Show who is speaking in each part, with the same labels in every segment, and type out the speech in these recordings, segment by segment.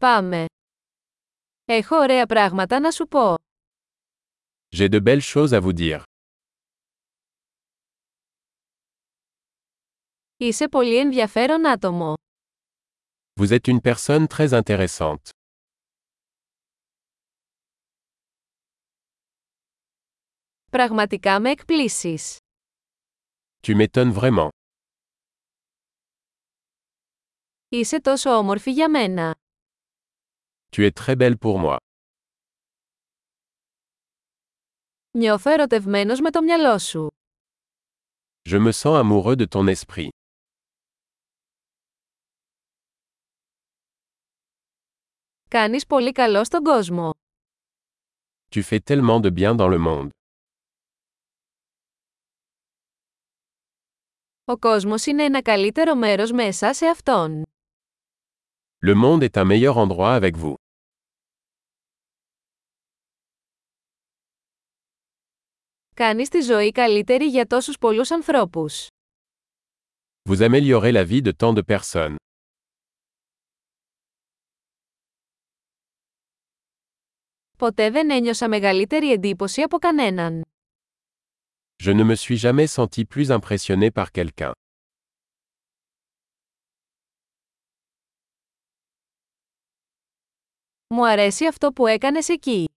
Speaker 1: Πάμε. Έχω ωραία πράγματα να σου πω.
Speaker 2: J'ai de belles choses à vous dire.
Speaker 1: Είσαι πολύ ενδιαφέρον άτομο.
Speaker 2: Vous êtes une personne très intéressante.
Speaker 1: Πραγματικά με εκπλήσεις.
Speaker 2: Tu m'étonnes vraiment.
Speaker 1: Είσαι τόσο όμορφη για μένα.
Speaker 2: Tu es très belle pour moi.
Speaker 1: Νιώθω ερωτευμένος με το μυαλό σου.
Speaker 2: Je me sens amoureux de ton esprit.
Speaker 1: Κάνεις πολύ καλό στον κόσμο.
Speaker 2: Tu fais tellement de bien dans le monde.
Speaker 1: Ο κόσμος είναι ένα καλύτερο μέρος με εσάς εαυτόν.
Speaker 2: Le monde est un meilleur endroit avec vous.
Speaker 1: Κάνεις τη ζωή καλύτερη για τόσους πολλούς ανθρώπους.
Speaker 2: Vous améliorez la vie de tant de personnes.
Speaker 1: Ποτέ δεν ένιωσα μεγαλύτερη εντύπωση από κανέναν.
Speaker 2: Je ne me suis jamais senti plus impressionné par quelqu'un.
Speaker 1: Μου αρέσει αυτό που έκανες εκεί.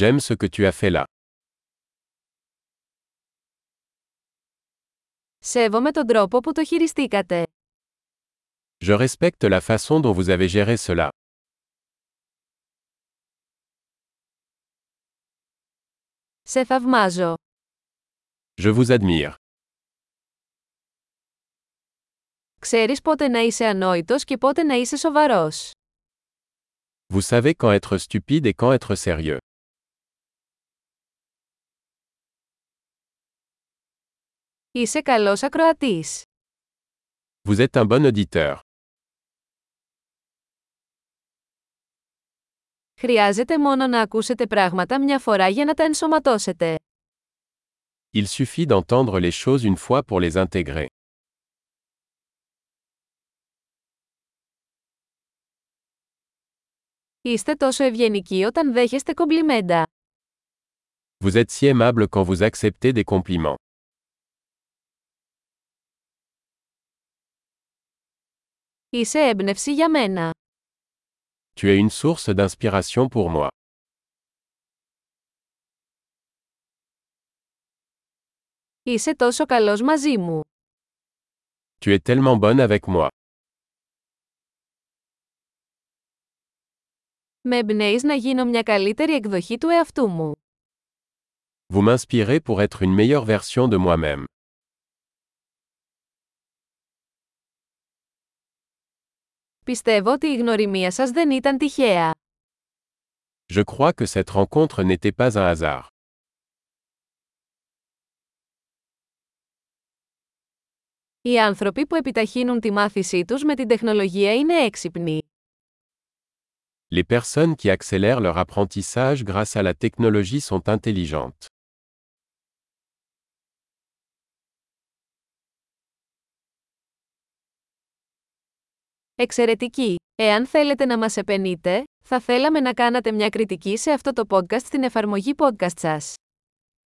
Speaker 2: J'aime ce que tu as fait là.
Speaker 1: Σέβομαι τον τρόπο που το χειριστήκατε.
Speaker 2: Je respecte la façon dont vous avez géré cela.
Speaker 1: Σε θαυμάζω.
Speaker 2: Je vous admire.
Speaker 1: Ξέρεις πότε να είσαι ανόητος και πότε να είσαι σοβαρός.
Speaker 2: Vous savez quand être stupide et quand être sérieux.
Speaker 1: Είσαι καλός ακροατής.
Speaker 2: Vous êtes un bon auditeur.
Speaker 1: Χρειάζεται μόνο να ακούσετε πράγματα μια φορά για να τα ενσωματώσετε.
Speaker 2: Il suffit d'entendre les choses une fois pour les intégrer.
Speaker 1: Είστε τόσο ευγενικοί όταν δέχεστε κομπλιμέντα.
Speaker 2: Vous êtes si aimable quand vous acceptez des compliments.
Speaker 1: Είσαι έμπνευση για μένα.
Speaker 2: Tu es une source d'inspiration pour moi.
Speaker 1: Είσαι τόσο καλός μαζί μου.
Speaker 2: Tu es tellement bonne avec moi.
Speaker 1: Με εμπνέεις να γίνω μια καλύτερη εκδοχή του εαυτού μου.
Speaker 2: Vous m'inspirez pour être une meilleure version de moi-même.
Speaker 1: Πιστεύω ότι η γνωριμία σας δεν ήταν τυχαία.
Speaker 2: Je crois que cette rencontre n'était pas un hasard.
Speaker 1: Οι άνθρωποι που επιταχύνουν τη μάθησή τους με την τεχνολογία είναι έξυπνοι.
Speaker 2: Les personnes qui accélèrent leur apprentissage grâce à la technologie sont intelligentes.
Speaker 1: Εξαιρετική! Εάν θέλετε να μας επενείτε, θα θέλαμε να κάνατε μια κριτική σε αυτό το podcast στην εφαρμογή podcast σας.